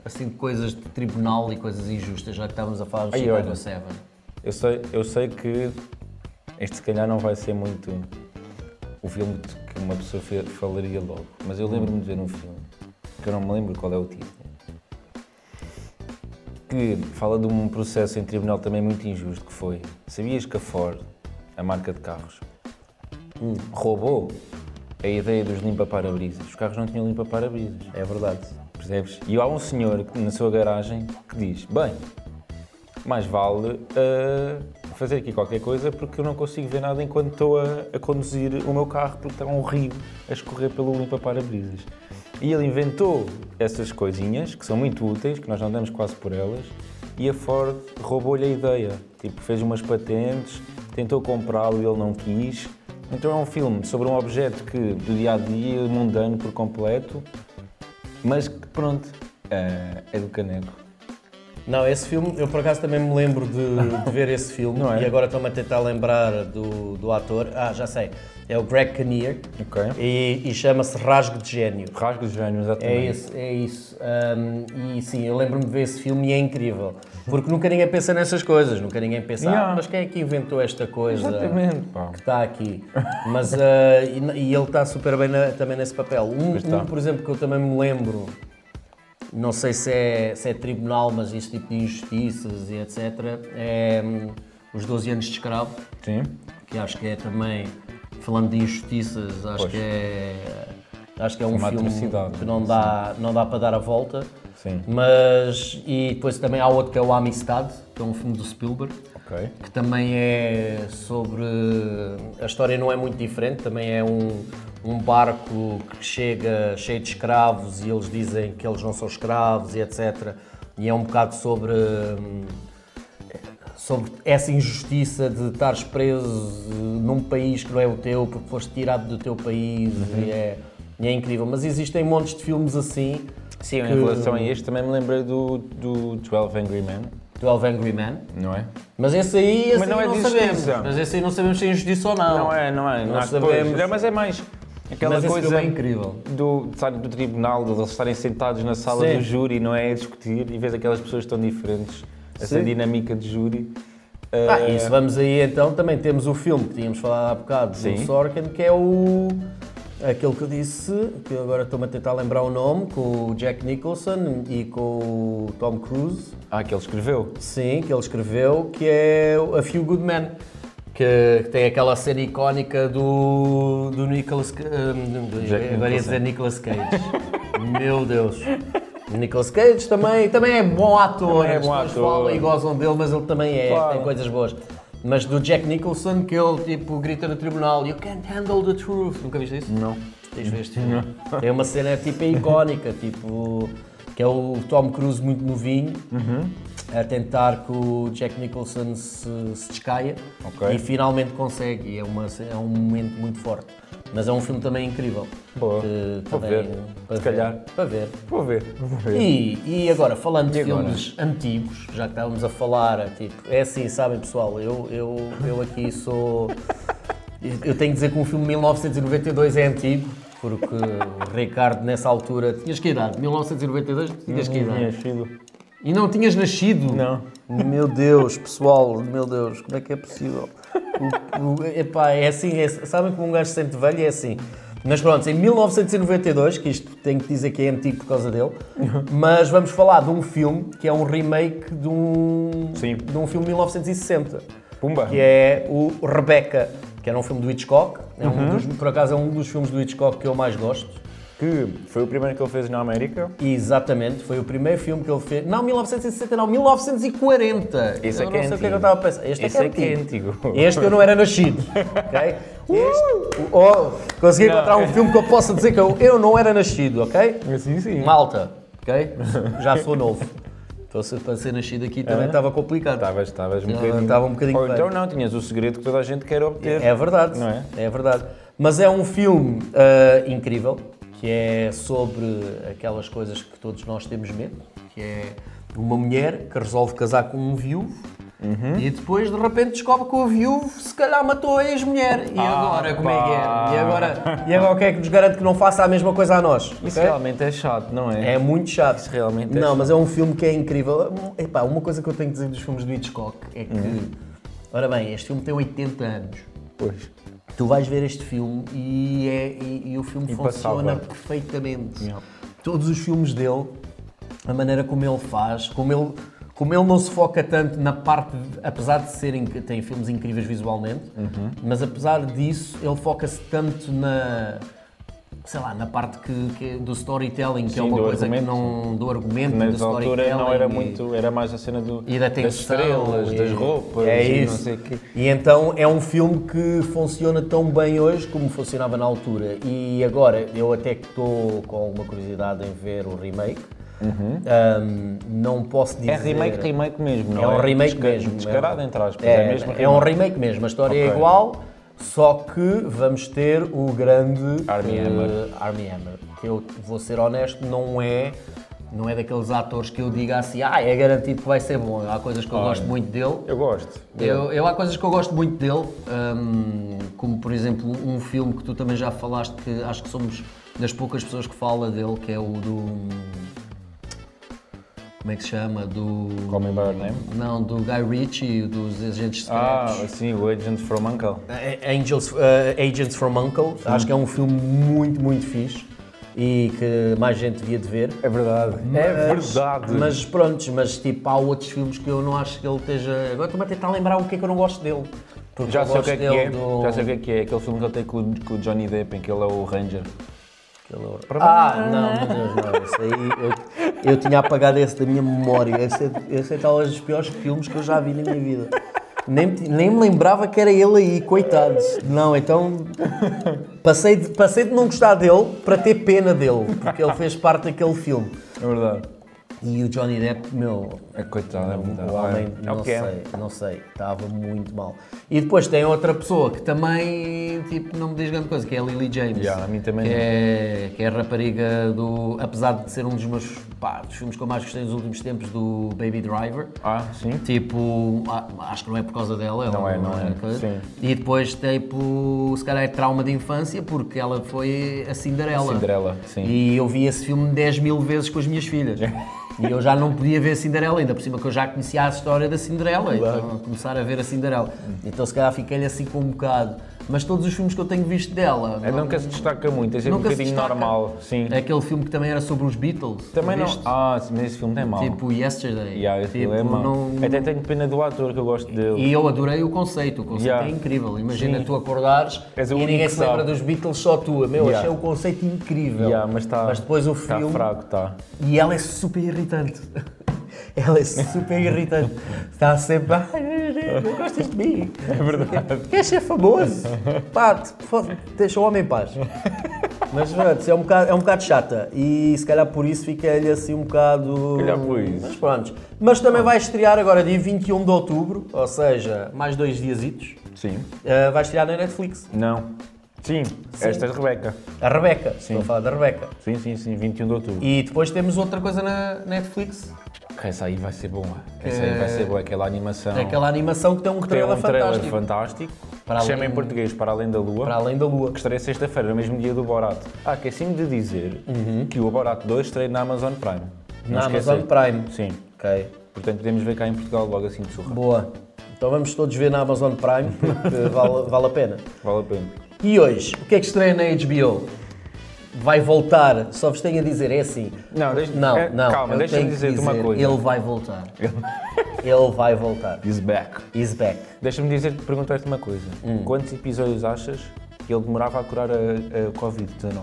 assim, de coisas de tribunal e coisas injustas, já que estávamos a falar do
Ai,
Chicago
olha.
7?
Eu sei, eu sei que este se calhar não vai ser muito o filme de que uma pessoa fe- falaria logo, mas eu lembro-me de ver um filme, que eu não me lembro qual é o título, que fala de um processo em tribunal também muito injusto que foi. Sabias que a Ford, a marca de carros, hum, roubou a ideia dos limpa-parabrisas? Os carros não tinham limpa-parabrisas.
É verdade.
Percebes? E há um senhor que, na sua garagem que diz: Bem, mais vale ah, fazer aqui qualquer coisa porque eu não consigo ver nada enquanto estou a, a conduzir o meu carro porque está um rio a escorrer pelo limpa-parabrisas. E ele inventou essas coisinhas que são muito úteis, que nós não damos quase por elas, e a Ford roubou-lhe a ideia. Tipo, fez umas patentes, tentou comprá-lo e ele não quis. Então é um filme sobre um objeto que do dia a dia, mundano por completo, mas que pronto, ah, é do caneco.
Não, esse filme, eu por acaso também me lembro de, de ver esse filme
Não é?
e agora estou-me a tentar lembrar do, do ator. Ah, já sei. É o Greg Kinnear
Ok.
e, e chama-se Rasgo de Gênio.
Rasgos de género,
É
exatamente.
isso, é isso. Ahm, e sim, eu lembro-me de ver esse filme e é incrível. Porque nunca ninguém pensa nessas coisas, nunca ninguém pensa,
Yeah.
ah, mas quem é que inventou esta coisa?
Exatamente, pá.
que está aqui. Mas, uh, e, n- e ele está super bem na- também nesse papel. Um,
Pois está.
um, por exemplo, que eu também me lembro, não sei se é, se é tribunal, mas este tipo de injustiças e etc., é hum, os 12 anos de escravo,
Sim.
que acho que é também, falando de injustiças, acho que é. Acho que é um
Uma
filme
atrocidade,
que não dá, não dá para dar a volta.
Sim.
Mas, e depois também há outro que é o Amistad, que é um filme do Spielberg
Ok.
que também é sobre. A história não é muito diferente, também é um, um barco que chega cheio de escravos e eles dizem que eles não são escravos e etc. E é um bocado sobre. hum, Sobre essa injustiça de estares preso num país que não é o teu, porque foste tirado do teu país
Uhum.
e, é, e é incrível. Mas existem montes de filmes assim.
Sim, em relação a este também me lembrei do, do 12 Angry Men,
12 Angry Men.
não é?
Mas esse aí, esse
Mas não
aí
é de
não sabemos.
justiça.
Mas esse aí não sabemos se é injustiça ou não.
Não é, não é.
Não
há-
sabemos.
pois, mas é mais aquela
Mas esse
coisa
filme é incrível.
do, sabe, do tribunal, de eles estarem sentados na sala
Sim.
do júri, não é? A discutir e vês aquelas pessoas tão diferentes, essa
Sim.
dinâmica de júri.
Ah,
Ah,
e se vamos aí então, também temos o filme que tínhamos falado há bocado
Sim.
do Sorkin, que é o. aquele que eu disse, que agora estou-me a tentar lembrar o nome, com o Jack Nicholson e com o Tom Cruise,
Ah, que ele escreveu.
sim, que ele escreveu, que é A Few Good Men, que, que tem aquela cena icónica do, do Nicolas... Ca- hum, do-
Jack
agora ia dizer Nicolas Cage. Meu Deus. Nicolas Cage também, também é bom ator,
Também é
as
bom
pessoas
ator.
falam e gozam dele, mas ele também é,
Claro.
tem coisas boas. Mas do Jack Nicholson, que ele tipo grita no tribunal, You can't handle the truth. Nunca viste isso?
Não.
Tens de ver
[laughs]
este filme. Tem uma cena tipo icónica, tipo. Que é o Tom Cruise muito novinho
Uhum.
a tentar que o Jack Nicholson se, se descaia
Ok.
e finalmente consegue. E é, uma, ce- é um momento muito forte. Mas é um filme também incrível.
Boa.
Que
Vou
também- é
ver.
Para
Se
ver,
calhar.
Para ver.
Vou ver, vou ver.
E, e agora, falando de
E agora?
filmes antigos, já que estávamos a falar, tipo, é assim, sabem pessoal, eu, eu, eu aqui sou. Eu tenho que dizer que um filme de 1992 é antigo, porque o Ricardo nessa altura. Tinhas que idade? 1992 tinhas que é
é
idade? E não tinhas nascido?
Não.
Meu Deus, pessoal, meu Deus, como é que é possível? O, o- epá, é assim, é- sabem como um gajo se sente velho é assim. Mas pronto, em 1992, que isto tenho que dizer que é antigo por causa [laughs] dele, mas vamos falar de um filme que é um remake de um,
Sim.
de um filme de 1960,
Pumba.
que é o Rebecca, que era um filme do Hitchcock, é um dos- por acaso é um dos filmes do Hitchcock que eu mais gosto.
Que foi o primeiro que ele fez na América.
Exatamente, foi o primeiro filme que ele fez. Não, 1960, não, 1940.
Esse
eu
é
não
que é
sei o que é que
antigo.
eu estava a pensar. Este
Esse
é,
é que é antigo.
Este eu não
[laughs]
era nascido. ok? Este, oh, consegui
Não.
encontrar um filme que eu possa dizer que eu, eu não era nascido, ok?
Sim, sim.
Malta, ok? Já sou novo. Então, se- para ser nascido aqui também estava complicado.
Estavas, estavas um
Não,
bocadinho.
estava um bocadinho
Ou então
bem.
não, tinhas o segredo que toda a gente quer obter.
É verdade,
Não é?
verdade. Mas é um filme ah, incrível, que é sobre aquelas coisas que todos nós temos medo, que é uma mulher que resolve casar com um viúvo
Uhum.
e depois de repente descobre que o viúvo se calhar matou a ex-mulher. E
Ah,
agora como é que é? E agora, e agora o que é que nos garante que não faça a mesma coisa a nós?
Isso
ok?
realmente é chato, não é?
É muito chato. Isso
realmente é
Não, mas é um filme que é incrível. Epá, uma coisa que eu tenho que dizer dos filmes do Hitchcock é que.
Uhum.
Ora bem, este filme tem 80 anos.
Pois.
Tu vais ver este filme e, é- e- e o filme
Impassável.
funciona perfeitamente.
Yeah.
Todos os filmes dele, a maneira como ele faz, como ele, como ele não se foca tanto na parte, de- apesar de serem tem filmes incríveis visualmente,
Uhum.
mas apesar disso ele foca-se tanto na sei lá, na parte que, que- do storytelling, que é
Sim,
uma
do
coisa que
argumento.
não do argumento, do
Nessa
storytelling.
altura não era
e-
muito, era mais a cena do,
e da
das
tensão,
estrelas,
e-
das roupas,
é
e
isso.
não sei o quê.
E então é um filme que funciona tão bem hoje como funcionava na altura. E agora eu até que estou com alguma curiosidade em ver o remake.
Uhum.
Ahm, não posso dizer.
É remake, remake mesmo, não é?
É um remake
Desca-
mesmo.
Descarado, entre aspas.
É,
É, mesmo
é um remake mesmo, a história é
Ok.
igual, só que vamos ter o grande
Armie
eh,
Hammer.
Armie Hammer, que eu vou ser honesto, não é não é daqueles atores que eu diga assim, ah, é garantido que vai ser bom. Há coisas que eu gosto muito dele,
Eu gosto.
eu, eu- há coisas que eu gosto muito dele, hum, como por exemplo um filme que tu também já falaste, que acho que somos das poucas pessoas que fala dele, que é o do. Como é que se chama? Do.
Call Me By Your Name?
Não, do Guy Ritchie, dos Agentes
Ah,
Secretos.
sim, o Agent from Uncle.
A- É, Angels, eh, Agents from
Hum.
Uncle, acho que é um filme muito, muito fixe e que mais gente devia de ver.
É verdade. é verdade.
Mas pronto, mas tipo, há outros filmes que eu não acho que ele esteja. Agora estou-me a tentar lembrar o que é que eu não gosto dele. Porque
já
eu
sei o
gosto
que é que
dele
é.
do-
Já sei o que é que é. Aquele filme que ele tem com, o- com o Johnny Depp, em que ele é o Ranger.
Ah, não, meu Deus, não. Isso aí eu, eu tinha apagado esse da minha memória. Esse é, esse é talvez dos piores filmes que eu já vi na minha vida. Nem, me ti- nem me lembrava que era ele aí, coitado. Não, então passei de, passei de não gostar dele para ter pena dele, porque ele fez parte daquele filme.
É verdade.
E o Johnny Depp, meu,
É coitado, é verdade.
O homem,
é o
não
que é.
sei, não sei, estava muito mal. E depois tem outra pessoa que também, tipo, não me diz grande coisa, que é a Lily James.
Yeah, a mim também
que
não.
é, que é a rapariga do, apesar de ser um dos meus, pá, dos filmes que eu mais gostei nos últimos tempos, do Baby Driver.
Ah, sim.
Tipo, a- acho que não é por causa dela.
Não
ela
é, não é,
coisa.
sim.
E depois, tipo, se calhar é trauma de infância, porque ela foi a Cinderela.
Cinderela, sim. É.
E eu vi esse filme 10 mil vezes com as minhas filhas. E eu já não podia ver a Cinderela, ainda por cima que eu já conhecia a história da Cinderela. Então, a começar a ver a Cinderela. Então, se calhar, fiquei-lhe assim com um bocado. mas todos os filmes que eu tenho visto dela.
É, nunca se destaca muito, é sempre um
nunca se
bocadinho
destaca.
normal. Sim.
É Aquele filme que também era sobre os Beatles.
Também não.
viste?
Ah, sim, mas esse filme é mau.
Tipo Yesterday.
Yeah, esse
tipo,
filme é mau.
não-
Até tenho pena do ator que eu gosto dele.
E eu adorei o conceito, o conceito
Yeah.
é incrível. Imagina
Sim.
tu acordares
És o
e
único
ninguém
que
se lembra
sabe.
dos Beatles, só tu. Meu,
Yeah.
achei o conceito incrível.
Yeah, mas tá- está.
depois o
Está
filme.
fraco, tá. está.
E ela é super irritante. [laughs] Ela é super irritante. Está sempre. "Ai, Não gostas de mim. É verdade. Queres ser famoso? Pá, te- fo- deixa o homem em paz. Mas pronto, é um bocado, é um bocado chata. E se calhar por isso fica-lhe assim um bocado.
calhar por isso.
Mas pronto. Mas também vai estrear agora dia 21 de outubro, ou seja, mais dois diazitos.
Sim.
Uh, vai estrear na Netflix.
Não. Sim, esta é a Rebeca.
A Rebeca. Estou a falar da Rebeca.
Sim, sim, sim, 21 de outubro.
E depois temos outra coisa na Netflix,
Essa aí vai ser boa. Essa aí vai ser boa, aquela animação.
É Aquela animação que tem um
Tem
trailer
um trailer
fantástico.
fantástico.
Para
que se chama
além-
em português Para Além da Lua.
Para além da lua.
que estreia sexta-feira, no mesmo dia do Borat. Ah, esqueci-me de dizer que o Borat 2 estreia na Amazon Prime. Não
Uhum. Na
esquecer.
Amazon Prime.
Sim.
Ok.
Portanto, podemos ver cá em Portugal logo assim de surra.
Boa. Então vamos todos ver na Amazon Prime, [laughs] porque vale, vale a pena.
Vale a pena.
E hoje, o que é que estreia na HBO? Vai voltar, só vos tenho a dizer, é assim.
Não, deixa-
não,
é,
não,
calma,
eu
deixa-me
tenho que
dizer-te uma coisa.
Ele
[laughs]
vai voltar. ele vai voltar.
He's back.
He's back.
Deixa-me dizer, perguntar-te uma coisa.
Hum.
Quantos episódios achas que ele demorava a curar a, a Covid-19?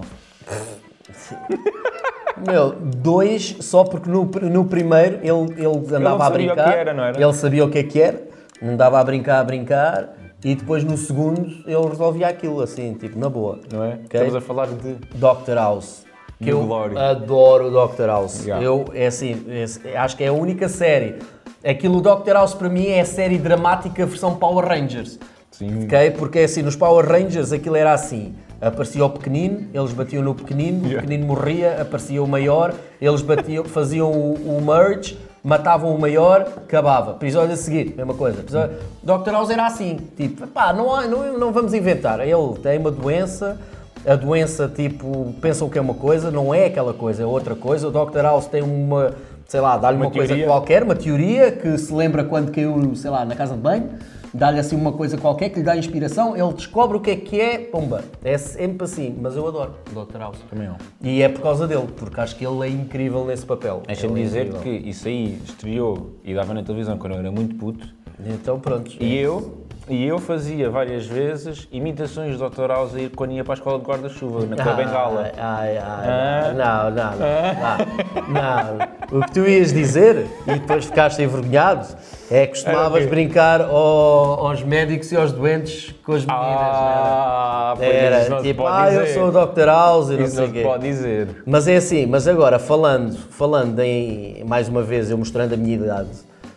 Meu, dois, só porque no, pr- no primeiro ele, ele andava a
sabia o que
brincar.
era, não era?
Ele sabia o que é que era, andava a brincar, a brincar, e depois no segundo ele resolvia aquilo, assim, tipo, na boa.
Não é?
Ok?
Estamos a falar de...
Dr. House. Que eu
Glória.
adoro o Dr. House.
Yeah.
Eu, é assim, é- acho que é a única série. Aquilo o Dr. House para mim é a série dramática versão Power Rangers.
Sim.
Ok? Porque é assim, nos Power Rangers aquilo era assim. Aparecia o pequenino, eles batiam no pequenino, o pequenino morria, aparecia o maior, eles batiam, faziam o, o merge, matavam o maior, acabava. Episódio a seguir, mesma coisa. Episódio... Dr. House era assim, tipo, pá, não, há- não, não vamos inventar. Ele tem uma doença, a doença, tipo, pensam que é uma coisa, não é aquela coisa, é outra coisa. O Dr. House tem uma, sei lá, dá-lhe uma, coisa
teoria.
qualquer, uma teoria que se lembra quando caiu, sei lá, na casa de banho, dá-lhe assim uma coisa qualquer que lhe dá inspiração, ele descobre o que é que é, pomba. É sempre assim, mas eu adoro o Dr. House.
Também eu.
E é por causa dele, porque acho que ele é incrível nesse papel.
Deixa-me
Ele é
dizer
incrível.
que isso aí estreou e dava na televisão quando eu era muito puto.
Então pronto.
E eu, e eu fazia várias vezes imitações do Dr. House a ir quando ia para a escola de guarda-chuva, na
Ah,
tua bengala.
Ai, ai,
Ah.
ai, não, não, não, não. O que tu ias dizer, e depois ficaste envergonhado, é que costumavas brincar ao- aos médicos e aos doentes com as meninas.
Ah,
não
pois
era?
isso
era
não se
tipo,
pode
ah, eu
dizer.
sou o Dr. House e não
Isso
sei
não
o
se
quê.
pode dizer.
Mas é assim, mas agora, falando, falando em, mais uma vez, eu mostrando a minha idade,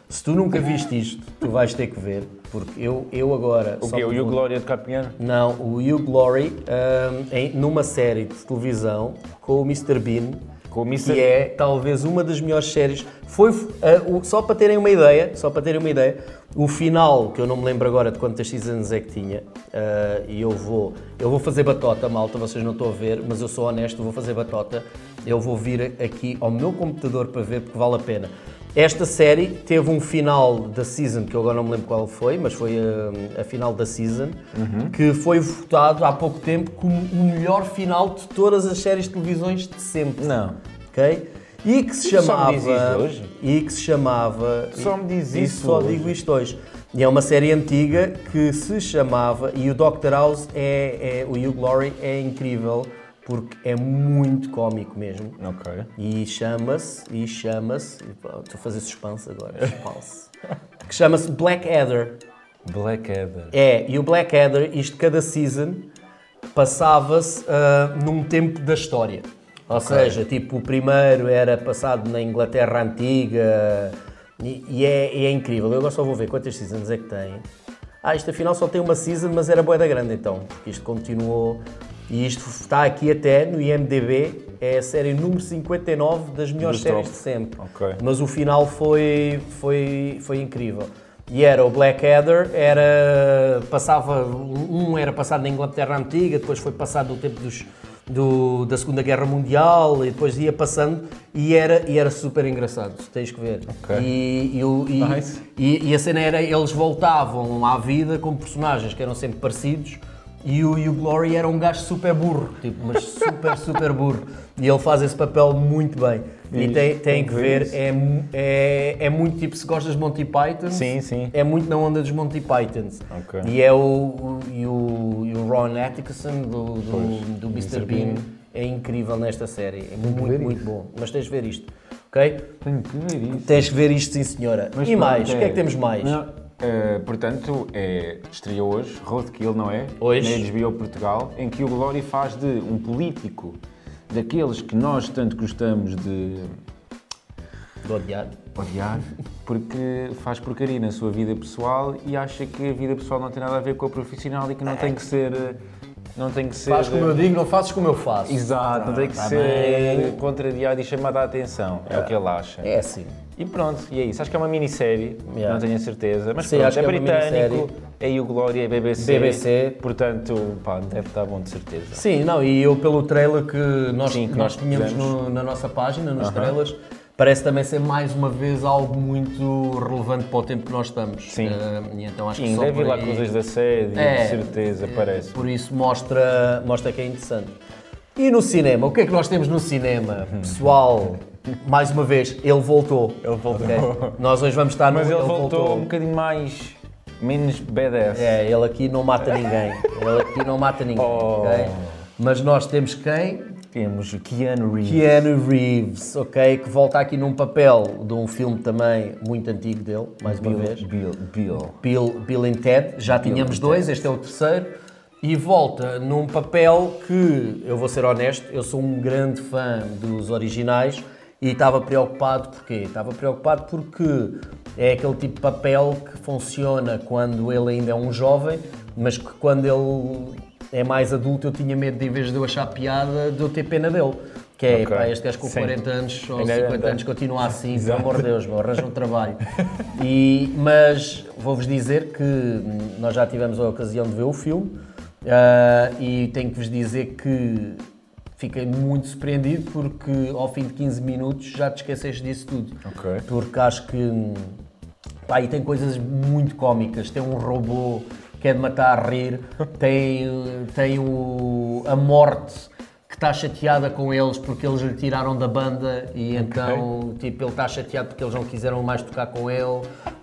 se tu nunca viste isto, tu vais ter que ver, porque eu, eu agora...
O
só
quê? O
me
Hugh Glória de Capiano?
não, o You Glory, hum, em- numa série de televisão com o Mr. Bean,
Com o Mr.
que é talvez uma das melhores séries. Foi, uh, o- só para terem uma ideia, só para terem uma ideia, o final, que eu não me lembro agora de quantas seasons é que tinha, uh, e eu vou, eu vou fazer batota, malta, vocês não estão a ver, mas eu sou honesto, vou fazer batota. Eu vou vir aqui ao meu computador para ver porque vale a pena. Esta série teve um final da season, que eu agora não me lembro qual foi, mas foi hum, a, final da season, que foi votado há pouco tempo como o melhor final de todas as séries de televisões de sempre
Não.
ok? E que se
Tu só
chamava.
me dizes isso hoje?
E que se chamava.
Tu só me dizes
e
isso
Só
hoje?
digo isto hoje. E é uma série antiga que se chamava. E o Dr. House é. é- o Hugh Laurie é incrível porque é muito cómico mesmo.
Ok.
E chama-se. E chama-se. e pá, Estou a fazer suspense agora.
[laughs]
Suspense. que chama-se Blackadder.
Blackadder.
É, e o Blackadder, isto cada season passava-se ah, num tempo da história. Ou seja, tipo, o primeiro era passado na Inglaterra Antiga e, e é, e é incrível. Eu agora só vou ver quantas seasons é que tem. Ah, isto afinal só tem uma season, mas era boa da grande então, porque isto continuou. E isto está aqui até no IMDB, é a série número 59 das melhores
Dos
séries
top.
de sempre.
Ok.
Mas o final foi, foi, foi incrível. E era o Blackadder, era, passava, um era passado na Inglaterra Antiga, depois foi passado no tempo dos, do- da Segunda Guerra Mundial, e depois ia passando, e era, e era super engraçado, tens que ver.
Ok.
E, e o- e-
Nice.
e- e a cena era, eles voltavam à vida como personagens que eram sempre parecidos, E o, e o Glory era um gajo super burro, tipo, mas super, [laughs] super burro. E ele faz esse papel muito bem. E tem, tem que ver, é, mu- é, é muito tipo, se gostas de Monty Python,
Sim, sim.
é muito na onda dos Monty Pythons.
Ok.
E é o, o- e o, e o Ron Atkinson do, do, do Mr. Bean. É incrível nesta série. É muito, muito, bom. Mas tens de ver isto, ok?
Tenho que ver isso.
Tens de ver isto, sim senhora.
Mas
e
pronto,
mais? O que é que temos mais?
Não, eh, portanto, é, estreou hoje, Roadkill, não é?
Hoje.
Na HBO Portugal, em que o Glory faz de um político daqueles que nós tanto gostamos de
Do odiado.
odiar, porque faz porcaria na sua vida pessoal e acha que a vida pessoal não tem nada a ver com a profissional e que não tem que ser. eh, Não tem que ser.
Faz como eu digo, não fazes como eu faço.
Exato, não tem que
tá
ser contrariado e chamado a atenção. É o que ele acha.
É assim.
E pronto, e é isso. Acho que é uma minissérie,
Yeah.
não tenho a certeza, mas
Sim,
pronto,
acho
é
que é uma
britânico,
minissérie.
é Yuglória, é BBC.
BBC.
Portanto, pá, deve estar bom de certeza.
Sim, não, e eu pelo trailer que nós,
Sim, que
nós
nós
tínhamos
fizemos.
no- na nossa página, nos trailers, parece também ser mais uma vez algo muito relevante para o tempo que nós estamos.
Sim.
Eh, e então acho
Sim,
que só
deve
por
ir lá
aí-
coisas da sede,
É,
de certeza, parece.
Por isso mostra, mostra que é interessante. E no cinema? O que é que nós temos no cinema?
Hum.
Pessoal, mais uma vez, ele voltou. Ele voltou. Nós hoje
[laughs]
vamos estar no
Mas ele, voltou, um bocadinho mais. menos badass.
É, ele aqui não mata ninguém. Ele aqui não mata
[laughs]
ninguém.
Oh.
ok? Mas nós temos quem?
Temos o Keanu Reeves.
Keanu Reeves, ok? Que volta aqui num papel de um filme também muito antigo dele, mais uma vez.
Bill, Bill.
Bill, Bill and Ted, já tínhamos dois, este é o terceiro, e volta num papel que, eu vou ser honesto, eu sou um grande fã dos originais e estava preocupado porquê? Estava preocupado porque é aquele tipo de papel que funciona quando ele ainda é um jovem, mas que quando ele é mais adulto eu tinha medo de, em vez de eu achar piada, de eu ter pena dele. Que é,
Ok.
pá, este gajo com
Sim.
40 anos ou
Ainda
50
anda.
anos continua assim, pelo amor de Deus, meu, arranja um trabalho. E, mas vou-vos dizer que hum, nós já tivemos a ocasião de ver o filme ah, e tenho que vos dizer que fiquei muito surpreendido porque ao fim de 15 minutos já te esqueceste disso tudo.
Ok.
Porque acho que. hum, Pá, e tem coisas muito cómicas. Tem um robô que é de matar
[laughs]
a rir, tem, uh, tem o, a morte que está chateada com eles porque eles lhe tiraram da banda e então tipo, ele está chateado porque eles não quiseram mais tocar com ele.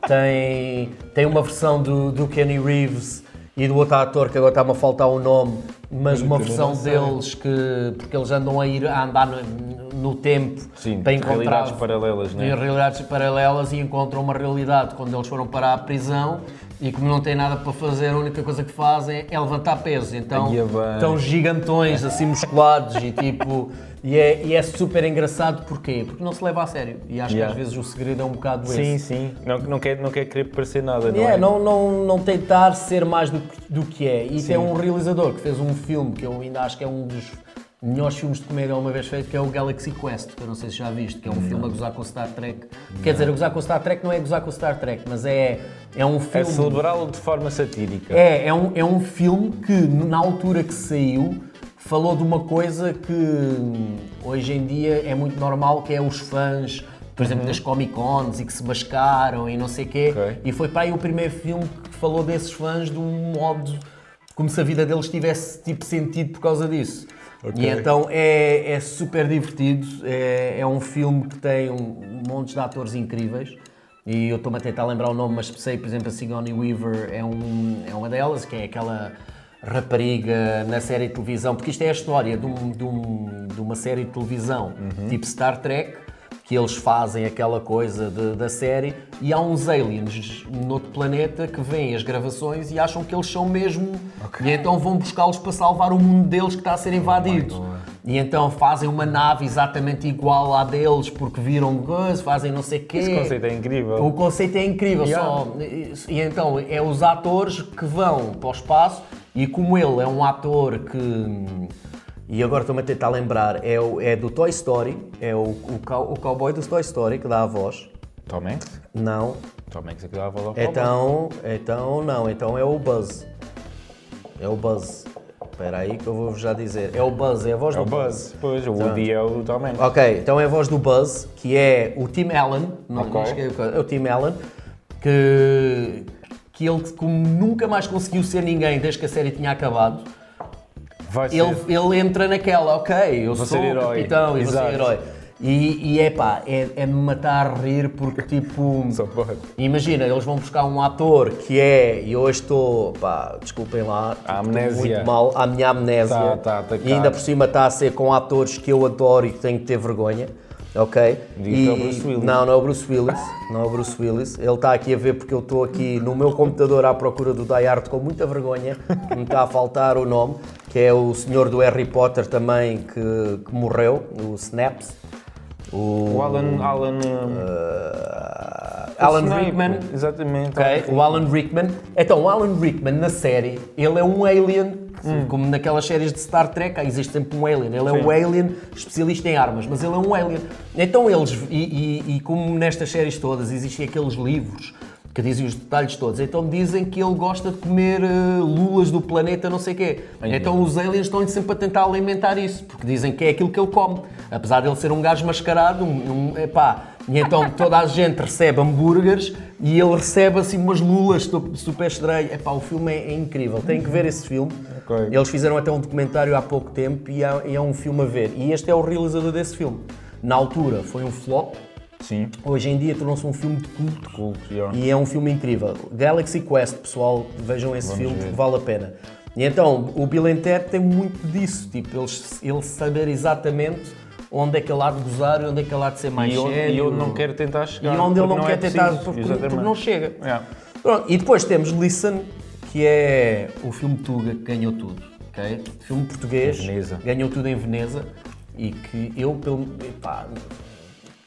Tem, tem uma versão do, do Kenny Reeves e do outro ator que agora está-me a faltar o nome, mas uma versão deles que porque eles andam a ir a andar no, no tempo
Sim,
para encontrar
realidades paralelas,
de
né?
realidades paralelas e encontram uma realidade quando eles foram para a prisão e como não têm nada para fazer, a única coisa que fazem é levantar pesos. Então
Ia bem.
estão gigantões, assim musculados e tipo. E é, e é super engraçado porquê? Porque não se leva a sério. E acho
Yeah.
que às vezes o segredo é um bocado
Sim,
esse.
sim. Não, não, quer, não quer querer parecer nada, não
É,
é?
não, não, não tentar ser mais do, que- do que é. E tem um realizador que fez um filme que eu ainda acho que é um dos melhores filmes de comédia uma vez feito, que é o Galaxy Quest, que eu não sei se já viste, que é um filme a gozar com o Star Trek. Quer dizer, a gozar com o Star Trek não é gozar com o Star Trek, mas é, é um
É
filme.
celebrá-lo de forma satírica.
É, é um, é um filme que, na altura que saiu, falou de uma coisa que hum, hoje em dia é muito normal, que é os fãs, por exemplo, das Comic Cons e que se bascaram e não sei o quê.
Ok.
E foi para aí o primeiro filme que falou desses fãs de um modo como se a vida deles tivesse tipo sentido por causa disso. E então é, é super divertido, é, é um filme que tem um, montes de atores incríveis e eu estou-me a tentar lembrar o nome, mas sei, por exemplo, a Sigourney Weaver é, um, é uma delas, que é aquela rapariga na série de televisão, porque isto é a história de, um- de um- de uma série de televisão tipo Star Trek, que eles fazem aquela coisa de- da série e há uns aliens noutro planeta que veem as gravações e acham que eles são mesmo e então vão buscá-los para salvar o mundo deles que está a ser invadido e então fazem uma nave exatamente igual à deles porque viram guns, fazem não sei quê
Esse conceito é incrível.
o conceito é incrível,
Yeah.
só. E, e então é os atores que vão para o espaço e como ele é um ator que. E agora estou-me a tentar lembrar, é, o- é do Toy Story, é o, o, cow- o cowboy do Toy Story que dá a voz.
Tom Hanks?
Não.
Tom Hanks é que dá a voz ao cowboy.
Então. Então não, então é o Buzz. É o Buzz. Espera aí que eu vou já dizer. É o Buzz, é a voz
É
do
o Buzz. Pois, o Woody é o Tom Hanks.
Ok, então é a voz do Buzz, que é o Tim Allen, não,
Ok.
não esqueci o coisa, é o Tim Allen, que, que ele como nunca mais conseguiu ser ninguém desde que a série tinha acabado,
Vai ser.
ele, ele entra naquela, ok, eu
Vou
sou
ser
o
herói.
capitão e vou
Exato.
ser herói. E, e epá, é é de me matar a rir
[laughs]
porque tipo.
Só pode.
Imagina, eles vão buscar um ator que é, e hoje estou, pá, desculpem lá,
A
estou
amnésia.
muito mal, a minha amnésia.
Tá, tá, tá,
e ainda
tá.
por cima está a ser com atores que eu adoro e que tenho que ter vergonha, ok?
Diz
E-
que é o Bruce Willis.
Não, não é o Bruce Willis, não é o Bruce Willis. Ele está aqui a ver porque eu estou aqui no meu computador à procura do Die Hard com muita vergonha, que me está a faltar o nome, que é o senhor do Harry Potter também que, que morreu, o Snaps. O
O Alan. Alan hum,
Alan
Snape.
Rickman,
Exatamente.
Ok, o Alan Rickman. Então, o Alan Rickman na série, ele é um alien, como naquelas séries de Star Trek, há- existe sempre um alien. Ele é um alien especialista em armas, mas ele é um alien. Então, eles, e, e- e como nestas séries todas, existem aqueles livros que dizem os detalhes todos. Então, dizem que ele gosta de comer eh, lulas do planeta, não sei o quê. Então, os aliens estão sempre a tentar alimentar isso, porque dizem que é aquilo que ele come. Apesar de ele ser um gajo mascarado, um, um, epá, e então toda a gente recebe hambúrgueres e ele recebe assim umas lulas tu- super estranhas. Epá, o filme é, é incrível, tem que ver esse filme.
Ok.
Eles fizeram até um documentário há pouco tempo e há- e é um filme a ver. E este é o realizador desse filme. Na altura foi um flop,
Sim.
hoje em dia tornou-se um filme de culto
Culto, yeah.
e é um filme incrível. Galaxy Quest, pessoal, vejam esse filme que vale a pena. E então, o Bill Enter tem muito disso, tipo, ele, ele saber exatamente onde é que ele há de gozar e onde é que ele há de ser mais
E eu,
sério.
e eu não quero tentar
E
chegar.
onde ele
porque
não, quer
é
tentar,
preciso,
porque,
exatamente.
porque não chega.
Yeah.
Pronto, e depois temos Listen, que é o filme Tuga que ganhou tudo, ok? Filme português,
Em Veneza.
ganhou tudo em Veneza e que eu, pelo epá,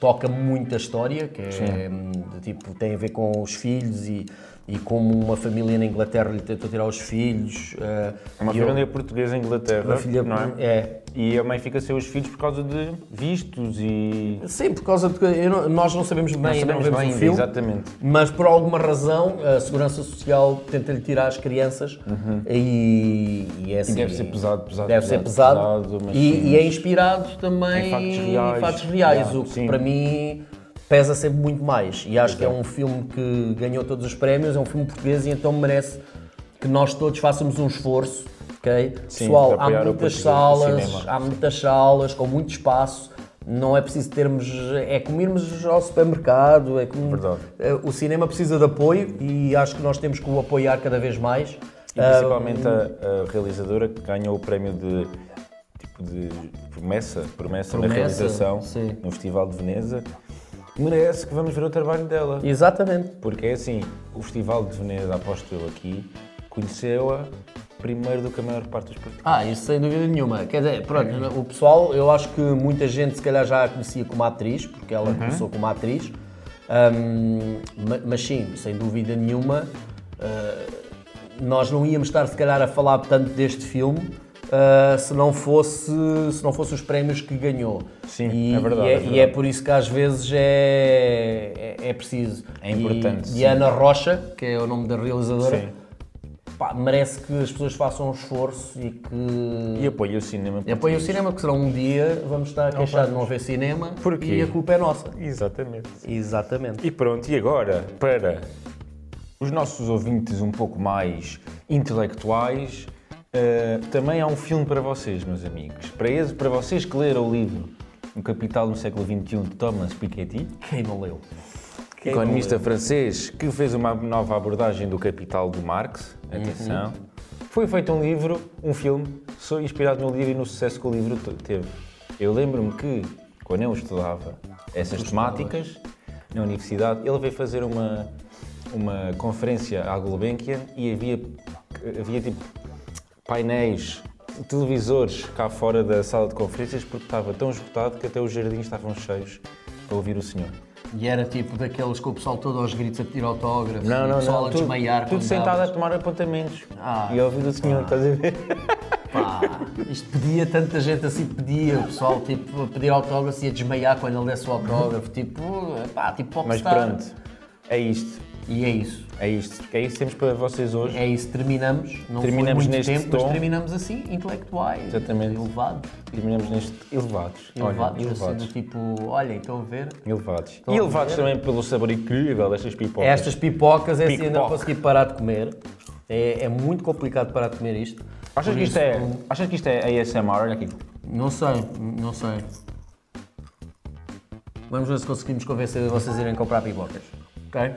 toca muito a história, que é, hum, de tipo, tem a ver com os filhos e, e como uma família na Inglaterra lhe tentou tirar os filhos. eh,
É uma
e eu-
família portuguesa em Inglaterra.
uma filha-
não é?
é,
E a mãe fica sem os filhos por causa de vistos e.
Sim, por causa de que eu não- nós não sabemos bem, ainda não
sabemos
vemos
bem
o
ainda,
filme.
exatamente.
Mas por alguma razão a Segurança Social tenta-lhe tirar as crianças e, e é assim.
deve ser pesado, pesado,
Deve ser
pesado,
pesado.
pesado, mas
e,
sim,
e é inspirado também
em factos reais.
em factos reais,
Yeah,
o que
sim.
para mim pesa sempre muito mais. E acho que é um filme que ganhou todos os prémios, é um filme português e então merece que nós todos façamos um esforço. ok?
Sim,
Pessoal,
para
há
apoiar o
muitas
português no
salas,
cinema.
há muitas salas, com muito espaço. Não é preciso termos. É comermos ao supermercado, é comer-
Verdade.
Eh, O cinema precisa de apoio e acho que nós temos que o apoiar cada vez mais. Eh,
E principalmente a, a realizadora que ganhou o prémio de tipo de promessa, promessa, na
Promessa,
realização
sim.
no Festival de Veneza. Merece que vamos ver o trabalho dela.
Exatamente.
Porque é assim, o Festival de Veneza, aposto eu aqui, conheceu-a primeiro do que a maior parte dos portugueses.
Ah, isso sem dúvida nenhuma. Quer dizer, pronto, o pessoal, eu acho que muita gente se calhar já a conhecia como atriz, porque ela
Uhum.
começou como atriz. Ahm, ma- mas sim, sem dúvida nenhuma, ah, nós não íamos estar se calhar a falar tanto deste filme ah, se não fosse se não fosse os prémios que ganhou.
Sim,
E-
é verdade,
E é,
é verdade.
e é por isso que às vezes é, é, é preciso.
É importante,
E,
sim.
e a Ana Rocha, que é o nome da realizadora,
Sim.
Pá, merece que as pessoas façam um esforço e que
E apoio o cinema.
e apoiem o cinema, porque senão um dia vamos estar a queixar de não haver cinema
Porquê?
e a culpa é nossa.
Exatamente.
Exatamente.
E pronto, e agora para os nossos ouvintes um pouco mais intelectuais, eh, também há um filme para vocês, meus amigos. Para, esse, para vocês que leram o livro O Capital no século XXI de Thomas Piketty,
Quem não leu?
economista francês que fez uma nova abordagem do Capital do Marx, atenção, foi feito um livro, um filme, sou inspirado no livro e no sucesso que o livro te- teve. Eu lembro-me que, quando eu estudava essas temáticas na universidade, ele veio fazer uma, uma conferência à Gulbenkian e havia, havia tipo painéis, televisores cá fora da sala de conferências porque estava tão esgotado que até os jardins estavam cheios para ouvir o senhor.
E era tipo daqueles que o pessoal todo aos gritos a pedir autógrafos,
Não,
e
não,
o pessoal
não.
a
Tudo,
desmaiar.
tudo
quando
sentado
davas.
a tomar apontamentos.
Ah.
e a ouvir o senhor, estás a ver?
Pá, isto pedia tanta gente assim, pedia, o pessoal tipo, a pedir autógrafos e a desmaiar quando ele desse o autógrafo, tipo, pá, tipo
Mas
popstar.
pronto, é isto.
E é isso.
É isto. É isso que temos para vocês hoje.
É isso, terminamos. Não
Terminamos
foi muito
neste
tempo,
tom.
mas terminamos assim, intelectuais,
Exatamente.
elevados.
Terminamos neste elevados. Olha,
Elevados, assim, do
elevados.
tipo, olha, estão a ver?
Elevados. E elevados também pelo sabor incrível destas pipocas.
Estas pipocas, é assim,
Pipoca.
ainda não consegui parar de comer. É, é muito complicado parar de comer isto.
Achas
Por
que isto
isso,
é,
hum,
achas que isto é ASMR? Olha aqui.
Não sei, não sei. Vamos ver se conseguimos convencer vocês a irem comprar pipocas. Ok?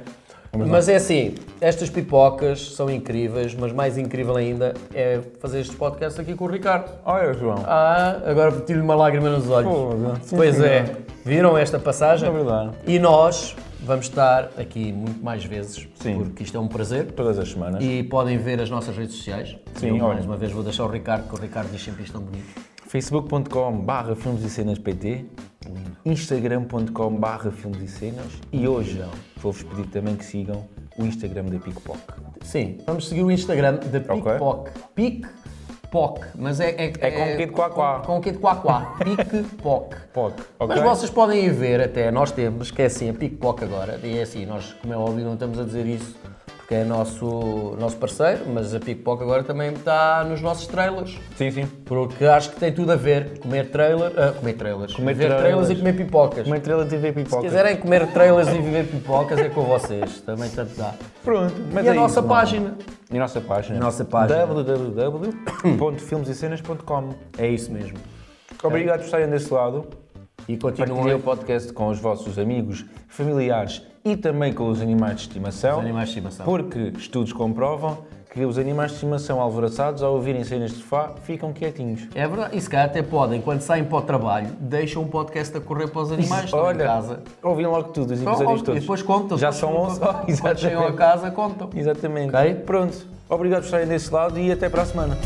Mas é assim, estas pipocas são incríveis, mas mais incrível ainda é fazer este podcast aqui com o Ricardo.
Olha, João.
Ah, agora tiro-lhe uma lágrima nos olhos.
Foda. Sim,
pois
senhor.
é, viram esta passagem?
É verdade.
E nós vamos estar aqui muito mais vezes,
Sim.
porque isto é um prazer.
Todas as semanas.
E podem ver as nossas redes sociais.
Sim,
Eu,
olha.
mais uma vez vou deixar o Ricardo, que o Ricardo diz sempre isto tão bonito.
facebook.com barra filmes e cenas PT instagram.com barra filmes e cenas e hoje vou-vos pedir também que sigam o Instagram da PicPoc.
Sim, vamos seguir o Instagram da
Ok.
PicPoc. PicPoc, mas é... É,
É com o quê de quá, quá?
Com, com o quê de quá, [laughs] quá. PicPoc.
Poc, ok?
Mas vocês podem ir ver até, nós temos, que é assim, a PicPoc agora, e é assim, nós, como é óbvio, não estamos a dizer isso porque é nosso, nosso parceiro, mas a PicPoc agora também está nos nossos trailers.
Sim, sim.
Porque acho que tem tudo a ver comer trailer, ah, comer trailers,
Comer
ver
trailers.
trailers e comer pipocas.
Uma estrela TV
Se
PicPoc.
quiserem comer trailers e viver pipocas é com vocês, também tanto dá.
Pronto. Mas
E a
é
nossa
isso, malta.
página?
E a nossa página.
Nossa página.
www.filmesecenas.com
É isso mesmo.
Obrigado por estarem desse lado.
E
Partilhem
continuem
o podcast com os vossos amigos, familiares e também com os animais de estimação.
os animais de estimação.
Porque estudos comprovam que os animais de estimação alvoraçados, ao ouvirem cenas de sofá, ficam quietinhos.
É verdade, e se calhar até podem, quando saem para o trabalho, deixam um podcast a correr para os animais estão em casa.
ouviram logo tudo, os
Então,
episódios
ó,
todos.
e depois contam.
Já
depois
são [laughs]
contam.
11.
Quando chegam a
Exatamente.
casa, contam.
Exatamente.
Ok?
Pronto. Obrigado por estarem desse lado e até para a semana.